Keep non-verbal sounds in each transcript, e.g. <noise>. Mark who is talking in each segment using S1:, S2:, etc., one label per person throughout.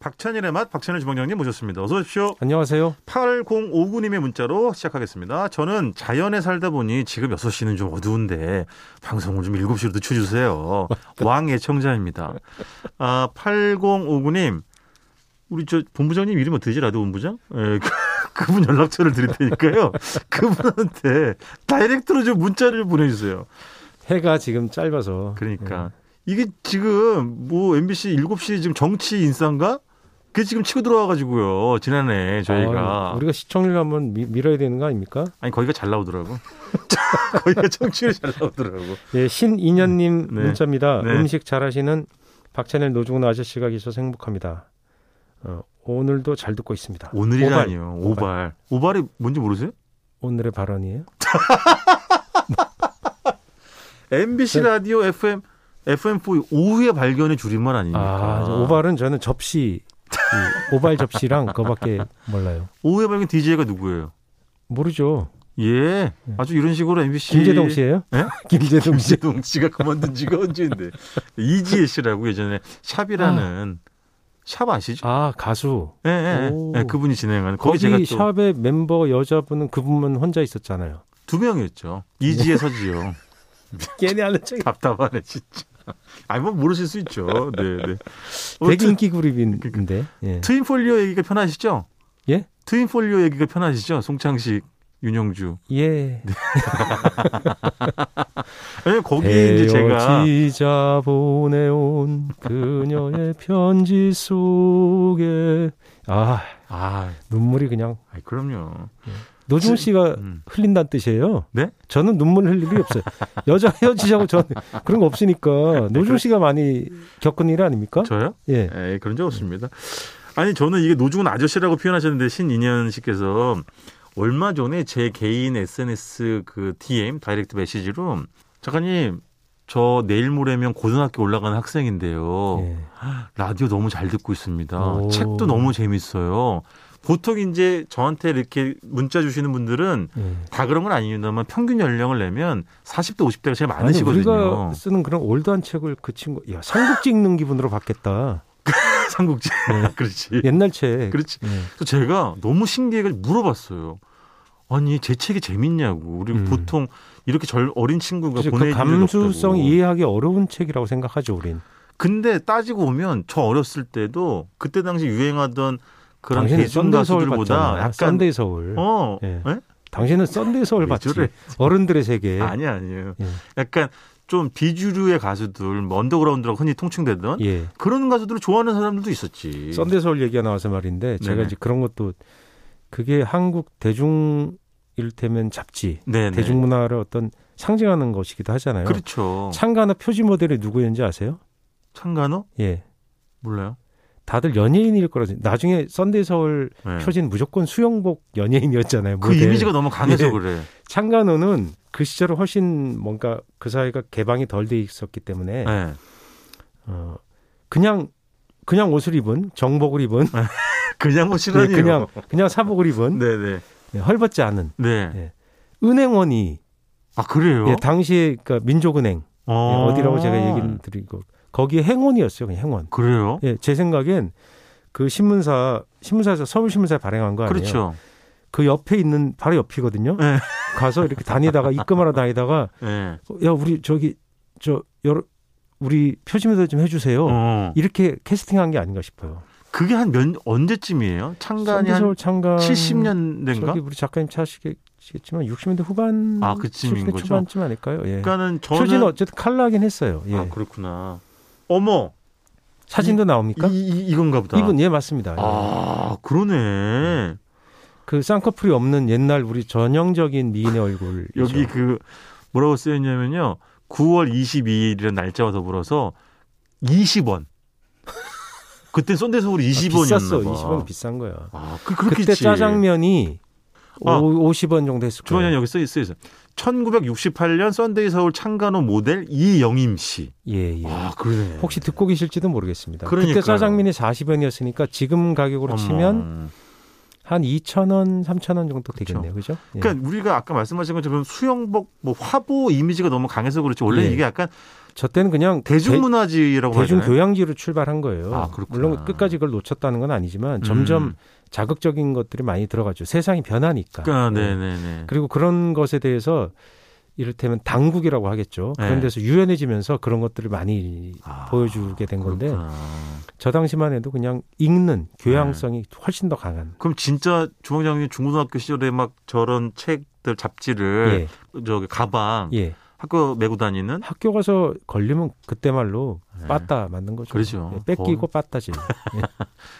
S1: 박찬일의 맛 박찬일 주방장님 모셨습니다. 어서 오십시오.
S2: 안녕하세요.
S1: 8059님의 문자로 시작하겠습니다. 저는 자연에 살다 보니 지금 6시는 좀 어두운데 방송을 좀 7시로 늦춰주세요. 왕 애청자입니다. 아, 8059님, 우리 저 본부장님 이름 어떻게 되지? 라디오 본부장? 예, <laughs> 그, 그분 연락처를 드릴 테니까요. 그분한테 다이렉트로 좀 문자를 보내주세요.
S2: 해가 지금 짧아서.
S1: 그러니까. 이게 지금 뭐 MBC 7시 지금 정치 인싸인가? 그게 지금 치고 들어와가지고요. 지난해 저희가.
S2: 아, 우리가 시청률 한번 미, 밀어야 되는 거 아닙니까?
S1: 아니 거기가 잘 <laughs> 나오더라고. 거기가 청취율 잘 나오더라고.
S2: 예, 신인현님
S1: 네.
S2: 문자입니다.
S1: 네.
S2: 음식 잘하시는 박찬일 노중훈 아저씨가 계셔서 행복합니다. 어, 오늘도 잘 듣고 있습니다.
S1: 오늘이라니요.
S2: 오발.
S1: 오발. 오발. 이 뭔지 모르세요?
S2: 오늘의 발언이에요?
S1: MBC
S2: 네.
S1: 라디오 FM FM4 오후에 발견의 줄임말 아닙니까?
S2: 아, 저 오발은 저는 접시, 이 오발 접시랑 그거밖에 몰라요.
S1: 오후에 발견 DJ가 누구예요?
S2: 모르죠.
S1: 예. 아주 이런 식으로 MBC
S2: 김재동 씨예요?
S1: 예?
S2: <laughs> 김재동 씨.
S1: 김재동 씨가 그만둔 지가 언제인데. 이지혜 씨라고 예전에 샵이라는 샵 아시죠?
S2: 아 가수.
S1: 예, 예,
S2: 오.
S1: 예. 예, 그분이 진행하는 거기 제가
S2: 거기
S1: 또
S2: 샵의 멤버 여자분은 그분만
S1: <laughs>
S2: 혼자 있었잖아요.
S1: 두 명이었죠. 이지혜 서지요.
S2: 괜히 하는 척.
S1: <laughs> 답답하네 진짜. 아니 뭐 모르실 수 있죠. 네, 네.
S2: 되게
S1: 아무튼
S2: 인기 그룹인데. 예.
S1: 트윈폴리오 얘기가 편하시죠?
S2: 예?
S1: 트윈폴리오 얘기가 편하시죠? 송창식, 윤영주.
S2: 예.
S1: 왜냐면 거기 이제 제가
S2: 헤어지자 보내온
S1: <laughs>
S2: 그녀의 편지 속에 아
S1: 아,
S2: 눈물이 그냥
S1: 아이, 그럼요.
S2: 노중 씨가
S1: 음.
S2: 흘린다는 뜻이에요.
S1: 네?
S2: 저는 눈물 흘릴 일이 없어요. 여자 헤어지자고 저는 그런 거 없으니까 노중 씨가 많이 겪은 일 아닙니까?
S1: 저요?
S2: 예.
S1: 에 그런 적 없습니다. 아니 저는 이게 노중은 아저씨라고 표현하셨는데 신인현 씨께서 얼마 전에 제 개인 SNS 그 DM 다이렉트 메시지로 작가님 저 내일 모레면 고등학교 올라가는 학생인데요.
S2: 예.
S1: 라디오 너무 잘 듣고 있습니다.
S2: 오.
S1: 책도 너무 재밌어요. 보통 이제 저한테 이렇게 문자 주시는 분들은
S2: 예.
S1: 다 그런 건 아닙니다만 평균 연령을 내면 40대 50대가 제일
S2: 아니,
S1: 많으시거든요.
S2: 우리가 쓰는 그런 올드한 책을 그 친구 야 삼국 찍는 기분으로 받겠다.
S1: <laughs> 삼국지.
S2: 네.
S1: <laughs> 그렇지.
S2: 옛날 책.
S1: 그렇지.
S2: 예.
S1: 그래서 제가 너무 신기해가지고 물어봤어요. 아니 제 책이 재밌냐고. 우리
S2: 음.
S1: 보통 이렇게 절 어린 친구가
S2: 그죠, 그
S1: 보내주는
S2: 감수성 이해하기 어려운 책이라고 생각하죠, 우린.
S1: 근데 따지고 보면 저 어렸을 때도 그때 당시 유행하던 그런
S2: 당신은
S1: 대중
S2: 썬데이 서울 봤잖아.
S1: 가수들보다
S2: 약간...
S1: 약간
S2: 썬데이 서울.
S1: 어
S2: 예.
S1: 예?
S2: 당신은 썬데이 서울
S1: 왜
S2: 봤지.
S1: 저래?
S2: 어른들의 세계.
S1: 아니 아니에요.
S2: 예.
S1: 약간 좀 비주류의 가수들, 뭐 언더그라운드라고 흔히 통칭되던
S2: 예.
S1: 그런 가수들을 좋아하는 사람들도 있었지.
S2: 썬데이 서울 얘기가 나와서 말인데 제가
S1: 예. 네네.
S2: 이제 그런 것도 그게 한국 대중 일테면 잡지,
S1: 네,
S2: 대중문화를 어떤 상징하는 것이기도 하잖아요.
S1: 그렇죠.
S2: 창간호 표지 모델이 누구였는지 아세요?
S1: 창간호
S2: 예.
S1: 몰라요.
S2: 다들 연예인일 거라 생- 나중에 썬데이 서울
S1: 네.
S2: 표지는 무조건 수영복 연예인이었잖아요.
S1: 그
S2: 모델.
S1: 이미지가 너무 강해서
S2: 예.
S1: 그래.
S2: 창간호는 그 시절에 훨씬 뭔가 그 사회가 개방이 덜 돼 있었기 때문에
S1: 네.
S2: 어, 그냥 그냥 옷을 입은 정복을 입은
S1: 아, 그냥 뭐
S2: <laughs> 예,
S1: 싫어요.
S2: 그냥 그냥 사복을 입은
S1: 네네.
S2: 예, 헐벗지 않은
S1: 네.
S2: 예. 은행원이
S1: 아 그래요?
S2: 예, 당시에 그러니까 민족은행 예,
S1: 어...
S2: 어디라고 제가 얘기를 드리고 거기에 행원이었어요 그냥 행원
S1: 그래요?
S2: 예, 제 생각엔 그 신문사 신문사에서 서울신문사에 발행한 거 아니에요
S1: 그렇죠.
S2: 그 옆에 있는 바로 옆이거든요
S1: 네.
S2: 가서 이렇게 다니다가 입금하러 다니다가
S1: 예.
S2: 어, 야 우리 저기 저 여러 우리 표지모델 좀 해주세요.
S1: 어.
S2: 이렇게 캐스팅한 게 아닌가 싶어요.
S1: 그게 한 몇 언제쯤이에요? 창간이
S2: 썬데이
S1: 한
S2: 서울 창간
S1: 70년대인가?
S2: 저기 예. 우리 작가님 찾으시겠지만 60년대 후반
S1: 아, 그쯤인
S2: 70대
S1: 거죠?
S2: 초반쯤 아닐까요? 예.
S1: 그러니까는
S2: 표지는
S1: 저는
S2: 어쨌든 칼라긴 했어요. 예.
S1: 아 그렇구나. 어머
S2: 사진도 나옵니까?
S1: 이, 이, 이건가 보다.
S2: 그러니까? 이분 예 맞습니다. 예.
S1: 아 그러네.
S2: 그 쌍꺼풀이 없는 옛날 우리 전형적인 미인의 아, 얼굴
S1: 여기 그 뭐라고 쓰여있냐면요. 9월 22일이라는 날짜와 더불어서
S2: <laughs>
S1: 20원. 그때 쏜대서울이 20원이었나
S2: 아, 비쌌어.
S1: 봐.
S2: 20원 비싼 거야.
S1: 아, 그 그렇겠지.
S2: 그때 짜장면이
S1: 아.
S2: 오 50원 정도 했을 거예요.
S1: 주원이 여기 쓰여 쓰여 있어. 1968년 썬데이 서울 창간호 모델 이영임 씨.
S2: 예, 예.
S1: 아, 그러네.
S2: 혹시 듣고 계실지도 모르겠습니다. 그때
S1: 그러니까요.
S2: 짜장면이 40원이었으니까 지금 가격으로
S1: 어머.
S2: 치면 한 2,000원, 3,000원 정도 되겠네요. 그죠? 예.
S1: 그러니까 우리가 아까 말씀하신 것처럼 수영복, 뭐 화보 이미지가 너무 강해서 그렇지 원래
S2: 예.
S1: 이게 약간
S2: 저 때는 그냥
S1: 대중문화지라고
S2: 대, 중
S1: 하잖아요.
S2: 교양지로 출발한 거예요.
S1: 아, 그렇구나.
S2: 물론 끝까지 그걸 놓쳤다는 건 아니지만 점점
S1: 음.
S2: 자극적인 것들이 많이 들어가죠. 세상이 변하니까.
S1: 그러니까
S2: 예.
S1: 네네네.
S2: 그리고 그런 것에 대해서 이를테면 당국이라고 하겠죠. 그런
S1: 네.
S2: 데서 유연해지면서 그런 것들을 많이
S1: 아,
S2: 보여주게 된 건데
S1: 그렇구나. 네.
S2: 저 당시만 해도 그냥 읽는 교양성이 훨씬 더 강한.
S1: 그럼 진짜 주방장님 중고등학교 시절에 막 저런 책들 잡지를 저기 가방
S2: 예, 예.
S1: 학교 메고 다니는
S2: 학교 가서 걸리면 그때 말로
S1: 네.
S2: 빠따 맞는 거죠.
S1: 그렇죠.
S2: 예, 뺏기고 빠따지.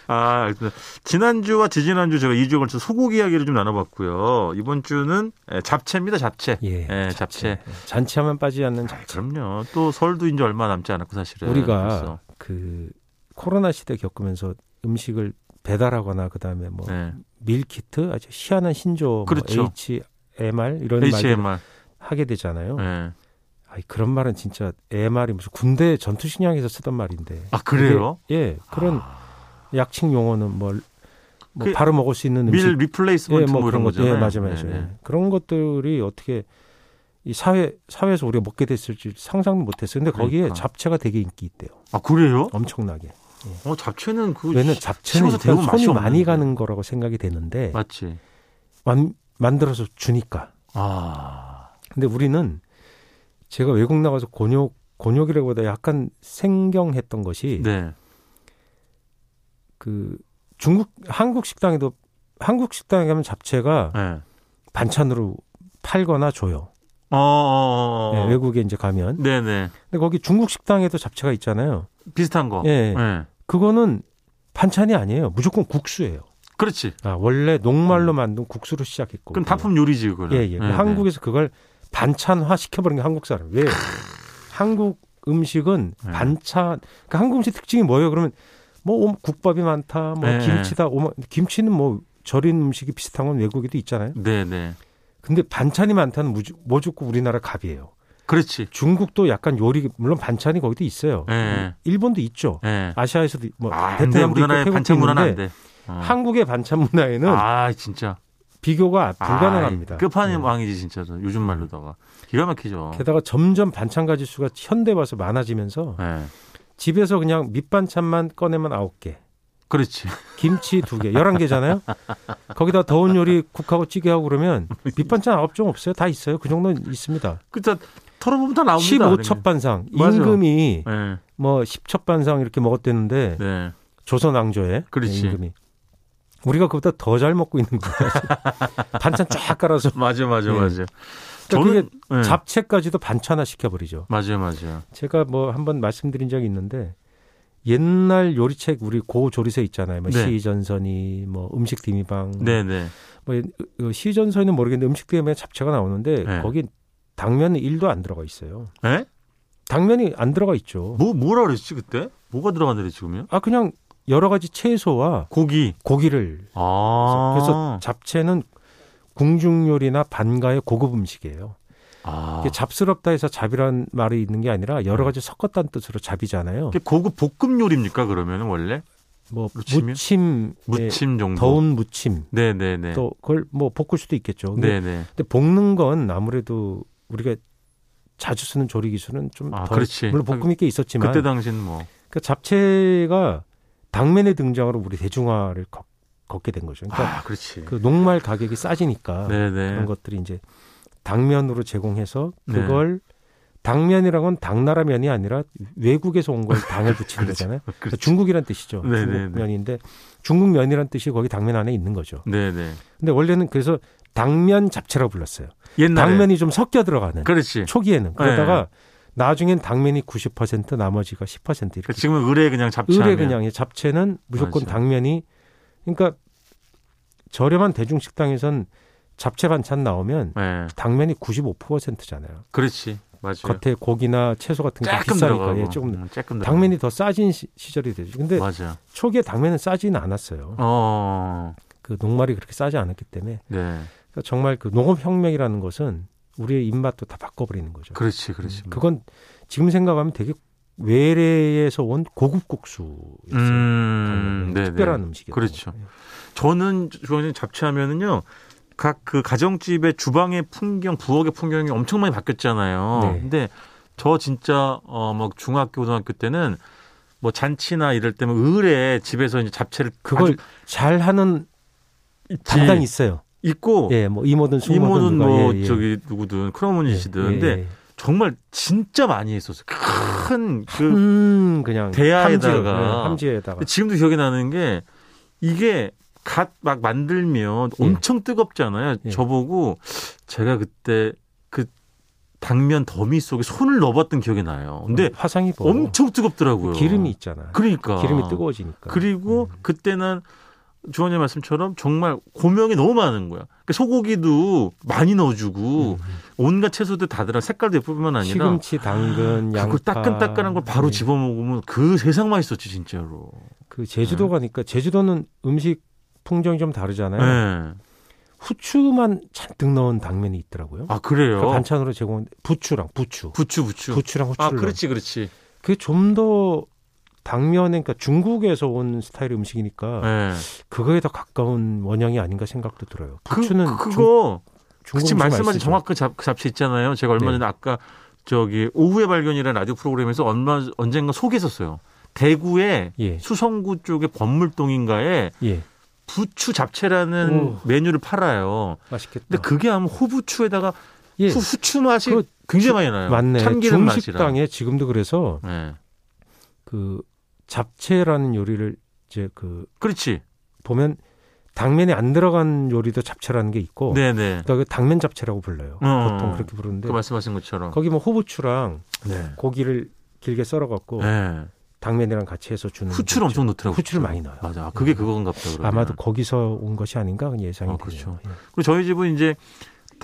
S1: 아, 알겠습니다. 지난주와 지지난주 제가 2주에 걸쳐 소고기 이야기를 좀 나눠봤고요. 이번 주는 에, 잡채입니다, 잡채. <laughs>
S2: 예,
S1: 예, 잡채.
S2: 잔치하면 빠지지 않는
S1: 아,
S2: 잔치.
S1: 그럼요. 또 설도 이제 얼마 남지 않았고 사실은.
S2: 우리가
S1: 벌써.
S2: 그 코로나 시대 겪으면서 음식을 배달하거나 그다음에 뭐
S1: 네.
S2: 밀키트 아주 희한한 신조
S1: 그렇죠.
S2: 뭐 HMR 이런 말들
S1: HMR.
S2: 하게 되잖아요.
S1: 예.
S2: 아이, 그런 말은 진짜 MR이 무슨 군대 전투식량에서 쓰던 말인데.
S1: 아, 그래요?
S2: 그게, 예, 그런
S1: 아,
S2: 약식 용어는 뭘, 뭐
S1: 그
S2: 바로 먹을 수 있는 음식.
S1: 밀 리플레이스먼트
S2: 예,
S1: 뭐, 이런
S2: 것,
S1: 거잖아요.
S2: 예, 맞아요, 맞아요.
S1: 네, 네.
S2: 예. 그런 것들이 어떻게 이 사회, 사회에서 우리가 먹게 됐을지 상상도 못 했어요. 근데 거기에
S1: 그러니까.
S2: 잡채가 되게 인기 있대요.
S1: 아, 그래요?
S2: 엄청나게.
S1: 어, 잡채는 그
S2: 왜냐면 잡채는
S1: 씹어서
S2: 일단
S1: 데우면 맛이
S2: 손이 많이
S1: 없는데.
S2: 가는 거라고 생각이 되는데,
S1: 맞지.
S2: 만, 만들어서 주니까.
S1: 아.
S2: 근데 우리는 제가 외국 나가서 곤욕, 곤욕이라기보다 약간 생경했던 것이
S1: 네.
S2: 그 중국 한국 식당에도 한국 식당에 가면 잡채가
S1: 네.
S2: 반찬으로 팔거나 줘요.
S1: 어, 어, 어,
S2: 예,
S1: 어.
S2: 외국에 이제 가면.
S1: 네, 네.
S2: 근데 거기 중국 식당에도 잡채가 있잖아요.
S1: 비슷한 거.
S2: 예.
S1: 네.
S2: 그거는 반찬이 아니에요. 무조건 국수예요.
S1: 그렇지.
S2: 아, 원래 녹말로 만든 국수로 시작했고.
S1: 그럼 단품 요리지, 그거는.
S2: 예, 예.
S1: 네,
S2: 한국에서 그걸 반찬화 시켜버린 게 한국 사람. 왜? 한국 음식은
S1: 네.
S2: 반찬. 그러니까 한국 음식 특징이 뭐예요? 그러면 뭐 오- 국밥이 많다, 뭐
S1: 네.
S2: 김치다. 오마- 김치는 뭐 절인 음식이 비슷한 건 외국에도 있잖아요.
S1: 네, 네.
S2: 근데 반찬이 많다는 무조- 무조건 우리나라 갑이에요.
S1: 그렇지.
S2: 중국도 약간 요리 물론 반찬이 거기도 있어요.
S1: 네.
S2: 일본도 있죠.
S1: 예.
S2: 아시아에서도 뭐
S1: 아, 안 돼.
S2: 베트남도 있고
S1: 우리나라의
S2: 태국도
S1: 반찬 문화는 안
S2: 있는데
S1: 돼. 어.
S2: 한국의 반찬 문화에는
S1: 아, 진짜.
S2: 비교가
S1: 아, 뭐.
S2: 불가능합니다.
S1: 끝판왕이
S2: 예.
S1: 왕이지, 진짜로. 요즘 말로다가. 기가 막히죠.
S2: 게다가 점점 반찬 가지 수가 현대 와서 많아지면서
S1: 예.
S2: 집에서 그냥 밑반찬만 꺼내면 아홉 개,
S1: 그렇지.
S2: 김치 두 개, 열한 개잖아요. 거기다 더운 요리 국하고 찌개하고 그러면 밑반찬 아홉 종 없어요. 다 있어요. 그 정도는 있습니다.
S1: <laughs> 그다 털어보면 다 나옵니다.
S2: 15첩 반상
S1: 아, 맞아요.
S2: 임금이
S1: 예.
S2: 뭐 10첩 반상 이렇게 먹었대는데
S1: 네.
S2: 조선 왕조의
S1: 그렇지.
S2: 임금이 우리가 그보다 더 잘 먹고 있는 거예요.
S1: <laughs>
S2: 반찬 쫙 깔아서
S1: 맞아, 맞아,
S2: 예.
S1: 맞아.
S2: 그러니까
S1: 저는 예.
S2: 잡채까지도 반찬화 시켜버리죠.
S1: 맞아요, 맞아요.
S2: 제가 뭐 한번 말씀드린 적이 있는데 옛날 요리책 우리 고 조리세 있잖아요. 뭐
S1: 네.
S2: 시전선이 뭐 음식 디미방
S1: 네, 네.
S2: 뭐 어, 시전선이는 모르겠는데 음식 디미방에 잡채가 나오는데
S1: 네.
S2: 거기 당면은 1도 안 들어가 있어요.
S1: 예?
S2: 당면이 안 들어가 있죠.
S1: 뭐 뭐라 그랬지 그때? 뭐가 들어간다 그랬지 그러면?
S2: 아 그냥 여러 가지 채소와
S1: 고기.
S2: 고기를
S1: 아.
S2: 그래서 잡채는 궁중 요리나 반가의 고급 음식이에요.
S1: 아. 네.
S2: 이게 잡스럽다 해서 잡이라는 말이 있는 게 아니라 여러 가지 섞었다는 뜻으로 잡이잖아요.
S1: 이게 고급 볶음 요리입니까 그러면 원래?
S2: 뭐
S1: 무침이요?
S2: 무침, 예,
S1: 무침 정도.
S2: 더운 무침
S1: 네, 네, 네.
S2: 또 그걸 뭐 볶을 수도 있겠죠. 근데,
S1: 네, 네.
S2: 근데 볶는 건 아무래도 우리가 자주 쓰는 조리 기술은 좀
S1: 아,
S2: 덜-
S1: 그렇지.
S2: 물론 볶음이 꽤 있었지만
S1: 그때 당시는 뭐
S2: 그러니까 잡채가 당면의 등장으로 우리 대중화를 걷, 게된 거죠. 그러니까
S1: 아, 그렇지.
S2: 그 녹말 가격이 싸지니까
S1: 네,
S2: 그런
S1: 네.
S2: 것들이 이제 당면으로 제공해서
S1: 네.
S2: 그걸 당면이란 건 당나라 면이 아니라 외국에서 온 걸 당을
S1: <laughs>
S2: 붙이는
S1: 그렇죠.
S2: 거잖아요.
S1: 그렇죠.
S2: 중국이란 뜻이죠.
S1: 네,
S2: 중국
S1: 네, 네.
S2: 면인데 중국 면이란 뜻이 거기 당면 안에 있는 거죠.
S1: 네, 네.
S2: 근데 원래는 그래서 당면 잡채라고 불렀어요.
S1: 옛날에
S2: 당면이 좀 섞여 들어가는
S1: 네. 그렇지. 네.
S2: 초기에는 그러다가 나중엔 당면이 90% 나머지가 10%
S1: 그
S2: 이렇게
S1: 지금은 의뢰 그냥 잡채하면
S2: 의뢰 그냥 이 잡채는 무조건
S1: 그렇죠. 맞아.
S2: 당면이 그러니까 저렴한 대중 식당에선 잡채 반찬 나오면
S1: 네,
S2: 당면이 95%잖아요.
S1: 그렇지. 맞아요.
S2: 겉에 고기나 채소 같은 게 좀
S1: 조금
S2: 비싸니까
S1: 그렇죠. 들어가고.
S2: 예, 조금
S1: 음, 조금 들어가고.
S2: 당면이 더 싸진 시, 절이 되죠. 근데
S1: 맞아.
S2: 초기에 당면은 싸지는 않았어요.
S1: 어.
S2: 그 녹말이 그렇게 싸지 않았기 때문에
S1: 네.
S2: 그러니까 정말 그 농업혁명이라는 것은 우리의 입맛도 다 바꿔버리는 거죠.
S1: 그,
S2: 음,
S1: 그렇지. 그렇지.
S2: 그건 지금 생각하면 되게 외래에서 온 고급 국수였어요.
S1: 음,
S2: 당연히
S1: 네네.
S2: 특별한 예. 음식이었죠.
S1: 그렇죠. 저는 주방장님 잡채하면은요. 각 그 가정집의 주방의 풍경, 부엌의 풍경이 엄청 많이 바뀌었잖아요.
S2: 네.
S1: 근데 저 진짜 어뭐 중학교, 고등학교 때는 뭐 잔치나 이럴 때면 을에 집에서 이제 잡채를
S2: 그걸
S1: 아주
S2: 잘하는
S1: 있지.
S2: 당당히 있어요.
S1: 있고
S2: 예, 뭐 이모든 숙모든
S1: 이모는
S2: 누가,
S1: 뭐
S2: 예, 예.
S1: 저기 누구든 큰어머니시든
S2: 예, 예,
S1: 근데
S2: 예.
S1: 정말 진짜 많이 했었어요. 큰그
S2: 음, 그냥
S1: 대야에다가.
S2: 함지에, 네, 함지에다가
S1: 근데 지금도 기억이 나는 게 이게 갓 막 만들면
S2: 예.
S1: 엄청 뜨겁잖아요.
S2: 예.
S1: 저보고 제가 그때 그 당면 더미 속에 손을 넣어봤던 기억이 나요. 근데
S2: 화상이 뭐
S1: 엄청 뜨겁더라고요.
S2: 기름이 있잖아.
S1: 그러니까
S2: 기름이 음. 뜨거워지니까.
S1: 그리고 그때는 주원님 말씀처럼 정말 고명이 너무 많은 거야. 그러니까 소고기도 많이 넣어주고 온갖 채소들 다 들어 색깔도 예쁘면 아니라
S2: 음. 시금치, 당근, 양파.
S1: 그걸 따끈따끈한 걸 바로
S2: 예.
S1: 집어 먹으면 그 세상 맛있었지 진짜로.
S2: 그 제주도 가니까 제주도는 음식 풍경이 좀 다르잖아요.
S1: 네.
S2: 후추만 잔뜩 넣은 당면이 있더라고요.
S1: 아 그래요.
S2: 그 반찬으로 제공한 부추랑 부추,
S1: 부추 부추.
S2: 부추랑
S1: 아
S2: 후추를. 넣은.
S1: 그렇지 그렇지.
S2: 그게 좀 더 당면에 그러니까 중국에서 온 스타일의 음식이니까
S1: 예.
S2: 그거에 더 가까운 원형이 아닌가 생각도 들어요.
S1: 그,
S2: 부추는 중,
S1: 그거
S2: 중국
S1: 그치
S2: 음식
S1: 말씀하신
S2: 맛있죠.
S1: 정확한 잡, 잡채 있잖아요. 제가 얼마
S2: 네.
S1: 전에 아까 저기 오후의 발견이라는 라디오 프로그램에서 얼마 언젠가 소개했었어요. 대구의
S2: 예,
S1: 수성구 쪽의 범물동인가에
S2: 예,
S1: 부추 잡채라는
S2: 오.
S1: 메뉴를 팔아요.
S2: 맛있겠다.
S1: 근데 그게 아마 호부추에다가
S2: 예,
S1: 후, 후추 맛이
S2: 그거
S1: 굉장히 많이 나요.
S2: 맞네.
S1: 참기름 맛이랑.
S2: 중식당에 지금도 그래서
S1: 예.
S2: 그 잡채라는 요리를 이제 그
S1: 그렇지.
S2: 보면 당면에 안 들어간 요리도 잡채라는 게 있고
S1: 네네.
S2: 그러니까 그 당면 잡채라고 불러요.
S1: 어.
S2: 보통 그렇게 부르는데
S1: 그 말씀하신 것처럼.
S2: 거기 뭐 호부추랑
S1: 네.
S2: 고기를 길게 썰어갖고
S1: 예.
S2: 당면이랑 같이 해서 주는
S1: 후추를
S2: 거죠.
S1: 엄청 넣더라고요.
S2: 후추를 많이 넣어요.
S1: 맞아. 아, 그게 그건가 보다. 그러면.
S2: 음. 아마도 거기서 온 것이 아닌가 그런 예상이
S1: 어,
S2: 되네요.
S1: 그렇죠.
S2: 예.
S1: 그리고 저희 집은 이제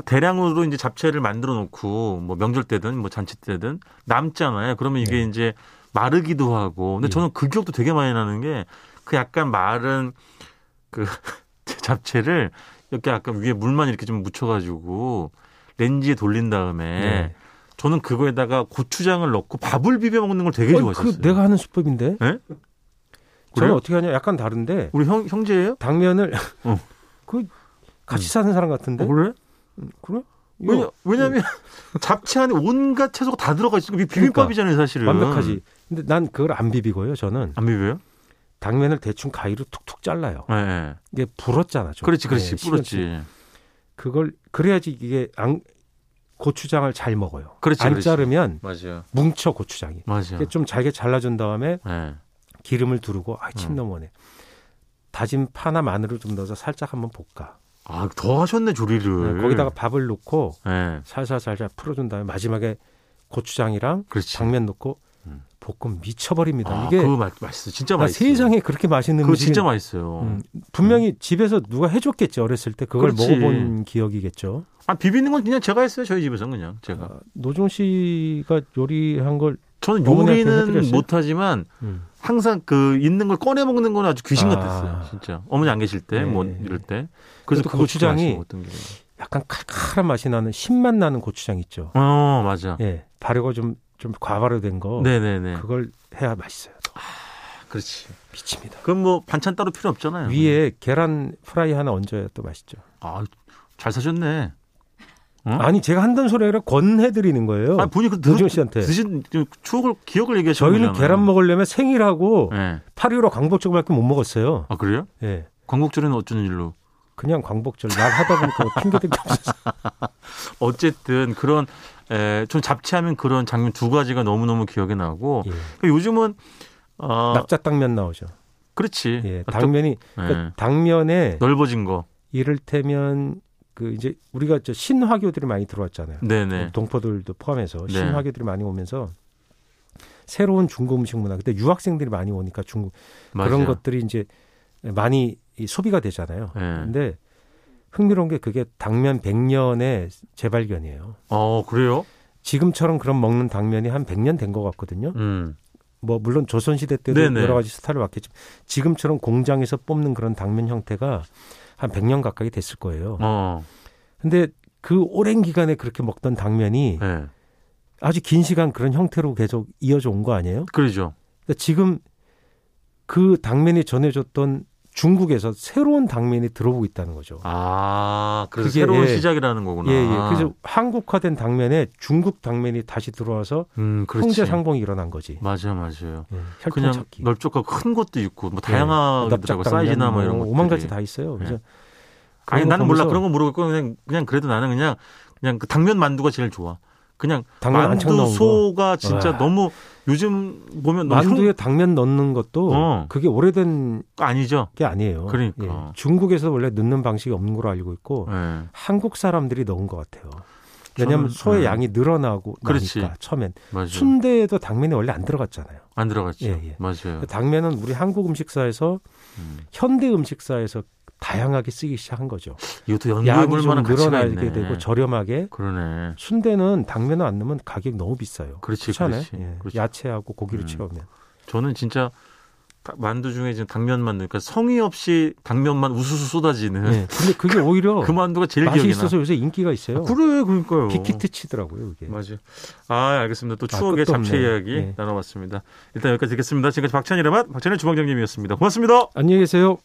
S1: 대량으로 이제 잡채를 만들어 놓고 뭐 명절 때든 뭐 잔치 때든 남잖아요. 그러면 이게
S2: 네.
S1: 이제 마르기도 하고. 근데
S2: 예.
S1: 저는 그 기억도 되게 많이 나는 게 그 약간 마른 그 <laughs> 잡채를 이렇게 약간 위에 물만 이렇게 좀 묻혀가지고 렌지에 돌린 다음에
S2: 네.
S1: 저는 그거에다가 고추장을 넣고 밥을 비벼 먹는 걸 되게
S2: 어,
S1: 좋아했어요. 예?
S2: 그 내가 하는 수법인데.
S1: 그래요?
S2: 저는 어떻게 하냐? 약간 다른데
S1: 우리 형 형제예요?
S2: 당면을
S1: 어.
S2: <laughs> 그 같이
S1: 음.
S2: 사는 사람 같은데.
S1: 어, 그래? 어.
S2: 음, 그래? 이거
S1: 왜냐, 왜냐면 <laughs> 잡채 안에 온갖 채소가 다 들어가 있으니까 이게 비빔밥이잖아요, 사실은.
S2: 그러니까. 완벽하지. 근데 난 그걸 안 비비고요. 저는
S1: 안 비벼요?
S2: 당면을 대충 가위로 툭툭 잘라요.
S1: 예. 네.
S2: 이게 불었잖아. 좀.
S1: 그렇지, 그렇지.
S2: 네, 시금치.
S1: 뿌렸지.
S2: 그걸 그래야지 이게 안, 고추장을 잘 먹어요.
S1: 그렇지,
S2: 안
S1: 그렇지.
S2: 자르면
S1: 맞아요.
S2: 뭉쳐 고추장이.
S1: 맞아요.
S2: 이게 좀 잘게 잘라준 다음에
S1: 예.
S2: 기름을 두르고 아침
S1: 음.
S2: 넘어네. 다진 파나 마늘을 좀 넣어서 살짝 한번 볶아.
S1: 아, 더 하셨네, 조리를.
S2: 거기다가 밥을 넣고
S1: 예.
S2: 살살살살 풀어준 다음에 마지막에 고추장이랑
S1: 그렇지.
S2: 당면 넣고
S1: 음.
S2: 볶음 미쳐버립니다.
S1: 아,
S2: 이게
S1: 그거 맛, 맛있어. 진짜
S2: 나
S1: 맛있어.
S2: 세상에 그렇게 맛있는
S1: 그거
S2: 음식
S1: 진짜 맛있어요.
S2: 음, 분명히 집에서 누가 해줬겠지 어렸을 때 그걸
S1: 그렇지.
S2: 먹어본 기억이겠죠.
S1: 아, 비비는 건 그냥 제가 했어요, 저희 집에서는 그냥. 제가.
S2: 아, 노종 씨가 요리한 걸
S1: 저는
S2: 어머니한테
S1: 요리는
S2: 해드렸어요?
S1: 못하지만
S2: 음,
S1: 항상 그 있는 걸 꺼내 먹는 건 아주 귀신
S2: 아.
S1: 같았어요. 진짜. 어머니 안 계실 때, 뭐
S2: 네.
S1: 이럴 때. 그래서
S2: 그것도
S1: 그거 진짜
S2: 고추장이-
S1: 아쉬워, 어떤 게.
S2: 약간 칼칼한 맛이 나는 신맛 나는 고추장 있죠.
S1: 어, 맞아.
S2: 예, 발효가 좀 좀 과발효된 거
S1: 네네네.
S2: 그걸 해야 맛있어요.
S1: 그렇지.
S2: 미칩니다.
S1: 그럼 뭐 반찬 따로 필요 없잖아요.
S2: 위에 계란 프라이 하나 얹어야 또 맛있죠.
S1: 아, 잘 사셨네. 어?
S2: 아니 제가 한다는 소리 아니라 어, 권해드리는 거예요.
S1: 아, 본인 그 드,
S2: 노종 씨한테
S1: 드신 그 추억을 기억을 얘기하시는
S2: 네. 저희는
S1: 거잖아요.
S2: 계란 먹으려면 생일하고
S1: 예.
S2: 8.15 광복절밖에 못 먹었어요.
S1: 아, 그래요?
S2: 예.
S1: 광복절에는 어쩌는 일로? 대로
S2: 그냥 광복절 날 하다 보니까 뭐 핑계대기 없어서
S1: 어쨌든 그런 에, 좀 잡채하면 그런 장면 두 가지가 너무너무 기억에 나고
S2: 예.
S1: 그러니까 요즘은 어,
S2: 납작당면 나오죠.
S1: 그렇지. 아,
S2: 예, 당면이
S1: 또-
S2: 그러니까
S1: 예.
S2: 당면에
S1: 넓어진 거.
S2: 이를테면 그 이제 우리가 저 신화교들이 많이 들어왔잖아요.
S1: 네, 네.
S2: 동포들도 포함해서
S1: 네.
S2: 신화교들이 많이 오면서 새로운 중국 음식 문화. 그때 유학생들이 많이 오니까 중국
S1: 맞아요.
S2: 그런 것들이 이제 많이 이 소비가 되잖아요.
S1: 예.
S2: 근데 흥미로운 게 그게 당면 100년의 재발견이에요.
S1: 어, 그래요?
S2: 지금처럼 그런 먹는 당면이 한 100년 된 것 같거든요.
S1: 음.
S2: 뭐 물론 조선 시대 때도
S1: 네네.
S2: 여러 가지 스타를 왔겠지만 지금처럼 공장에서 뽑는 그런 당면 형태가 한 100년 가까이 됐을 거예요.
S1: 어.
S2: 근데 그 오랜 기간에 그렇게 먹던 당면이
S1: 예.
S2: 아주 긴 시간 그런 형태로 계속 이어져 온 거 아니에요?
S1: 그러죠.
S2: 그러니까 지금 그 당면이 전해줬던 중국에서 새로운 당면이 들어오고 있다는 거죠.
S1: 아, 그래서
S2: 그게,
S1: 새로운
S2: 예.
S1: 시작이라는 거구나.
S2: 예, 예. 그래서 한국화된 당면에 중국 당면이 다시 들어와서
S1: 음, 그렇지.
S2: 형제 상봉이 일어난 거지.
S1: 맞아요, 맞아요.
S2: 예,
S1: 그냥
S2: 혈통 찾기.
S1: 넓적하고 큰 것도 있고 뭐
S2: 예,
S1: 다양하게 들어가고
S2: 납작당면
S1: 사이즈나 뭐
S2: 뭐
S1: 이런 것
S2: 오만 가지 다 있어요. 그래서
S1: 아니
S2: 그런
S1: 나는 몰라
S2: 보면서
S1: 그런 건 모르겠고 그냥 그냥 그래도 나는 그냥 그냥 그 당면 만두가 제일 좋아. 그냥
S2: 당면 안창
S1: 만두
S2: 넣은 거.
S1: 소가 진짜
S2: 와.
S1: 너무 요즘 보면 너무
S2: 만두에 당면 넣는 것도
S1: 어.
S2: 그게 오래된
S1: 형- 아니죠.
S2: 게 아니에요.
S1: 그러니까.
S2: 예, 중국에서 원래 넣는 방식이 없는 걸로 알고 있고
S1: 예.
S2: 한국 사람들이 넣은 것 같아요. 왜냐하면
S1: 저는-
S2: 소의
S1: 예.
S2: 양이 늘어나고
S1: 그렇지. 네.
S2: 나니까 처음엔
S1: 맞아요.
S2: 순대에도 당면이 원래 안 들어갔잖아요.
S1: 안 들어갔죠.
S2: 예, 예.
S1: 맞아요.
S2: 당면은 우리 한국 음식사에서
S1: 음.
S2: 현대 음식사에서 다양하게 쓰기 시작한 거죠.
S1: 이것도 연구해
S2: 양이
S1: 볼
S2: 좀
S1: 만한 가치가
S2: 늘어나게
S1: 있네.
S2: 되고 저렴하게
S1: 그러네.
S2: 순대는 당면을 안 넣으면 가격 너무 비싸요.
S1: 그렇지,
S2: 그렇지 않아요?
S1: 그렇지.
S2: 예.
S1: 그렇지.
S2: 야채하고 고기를
S1: 음.
S2: 채우면
S1: 저는 진짜 다- 만두 중에 지금 당면만 그러니까 성의 없이 당면만 우수수 쏟아지는
S2: 예. 근데 그게
S1: 음.
S2: 오히려
S1: <laughs> 그 만두가 제일
S2: 맛이
S1: 기억에 나.
S2: 있어서 요새 인기가 있어요.
S1: 아, 그래 그러니까요.
S2: 빅히트 치더라고요. 이게.
S1: 맞아요. 아 알겠습니다. 또
S2: 아,
S1: 추억의
S2: 끝도
S1: 잡채
S2: 없네요.
S1: 이야기
S2: 예.
S1: 나눠봤습니다. 일단 여기까지 듣겠습니다. 지금까지 박찬일의 맛 박찬일 주방장님이었습니다. 고맙습니다.
S2: 안녕히 계세요.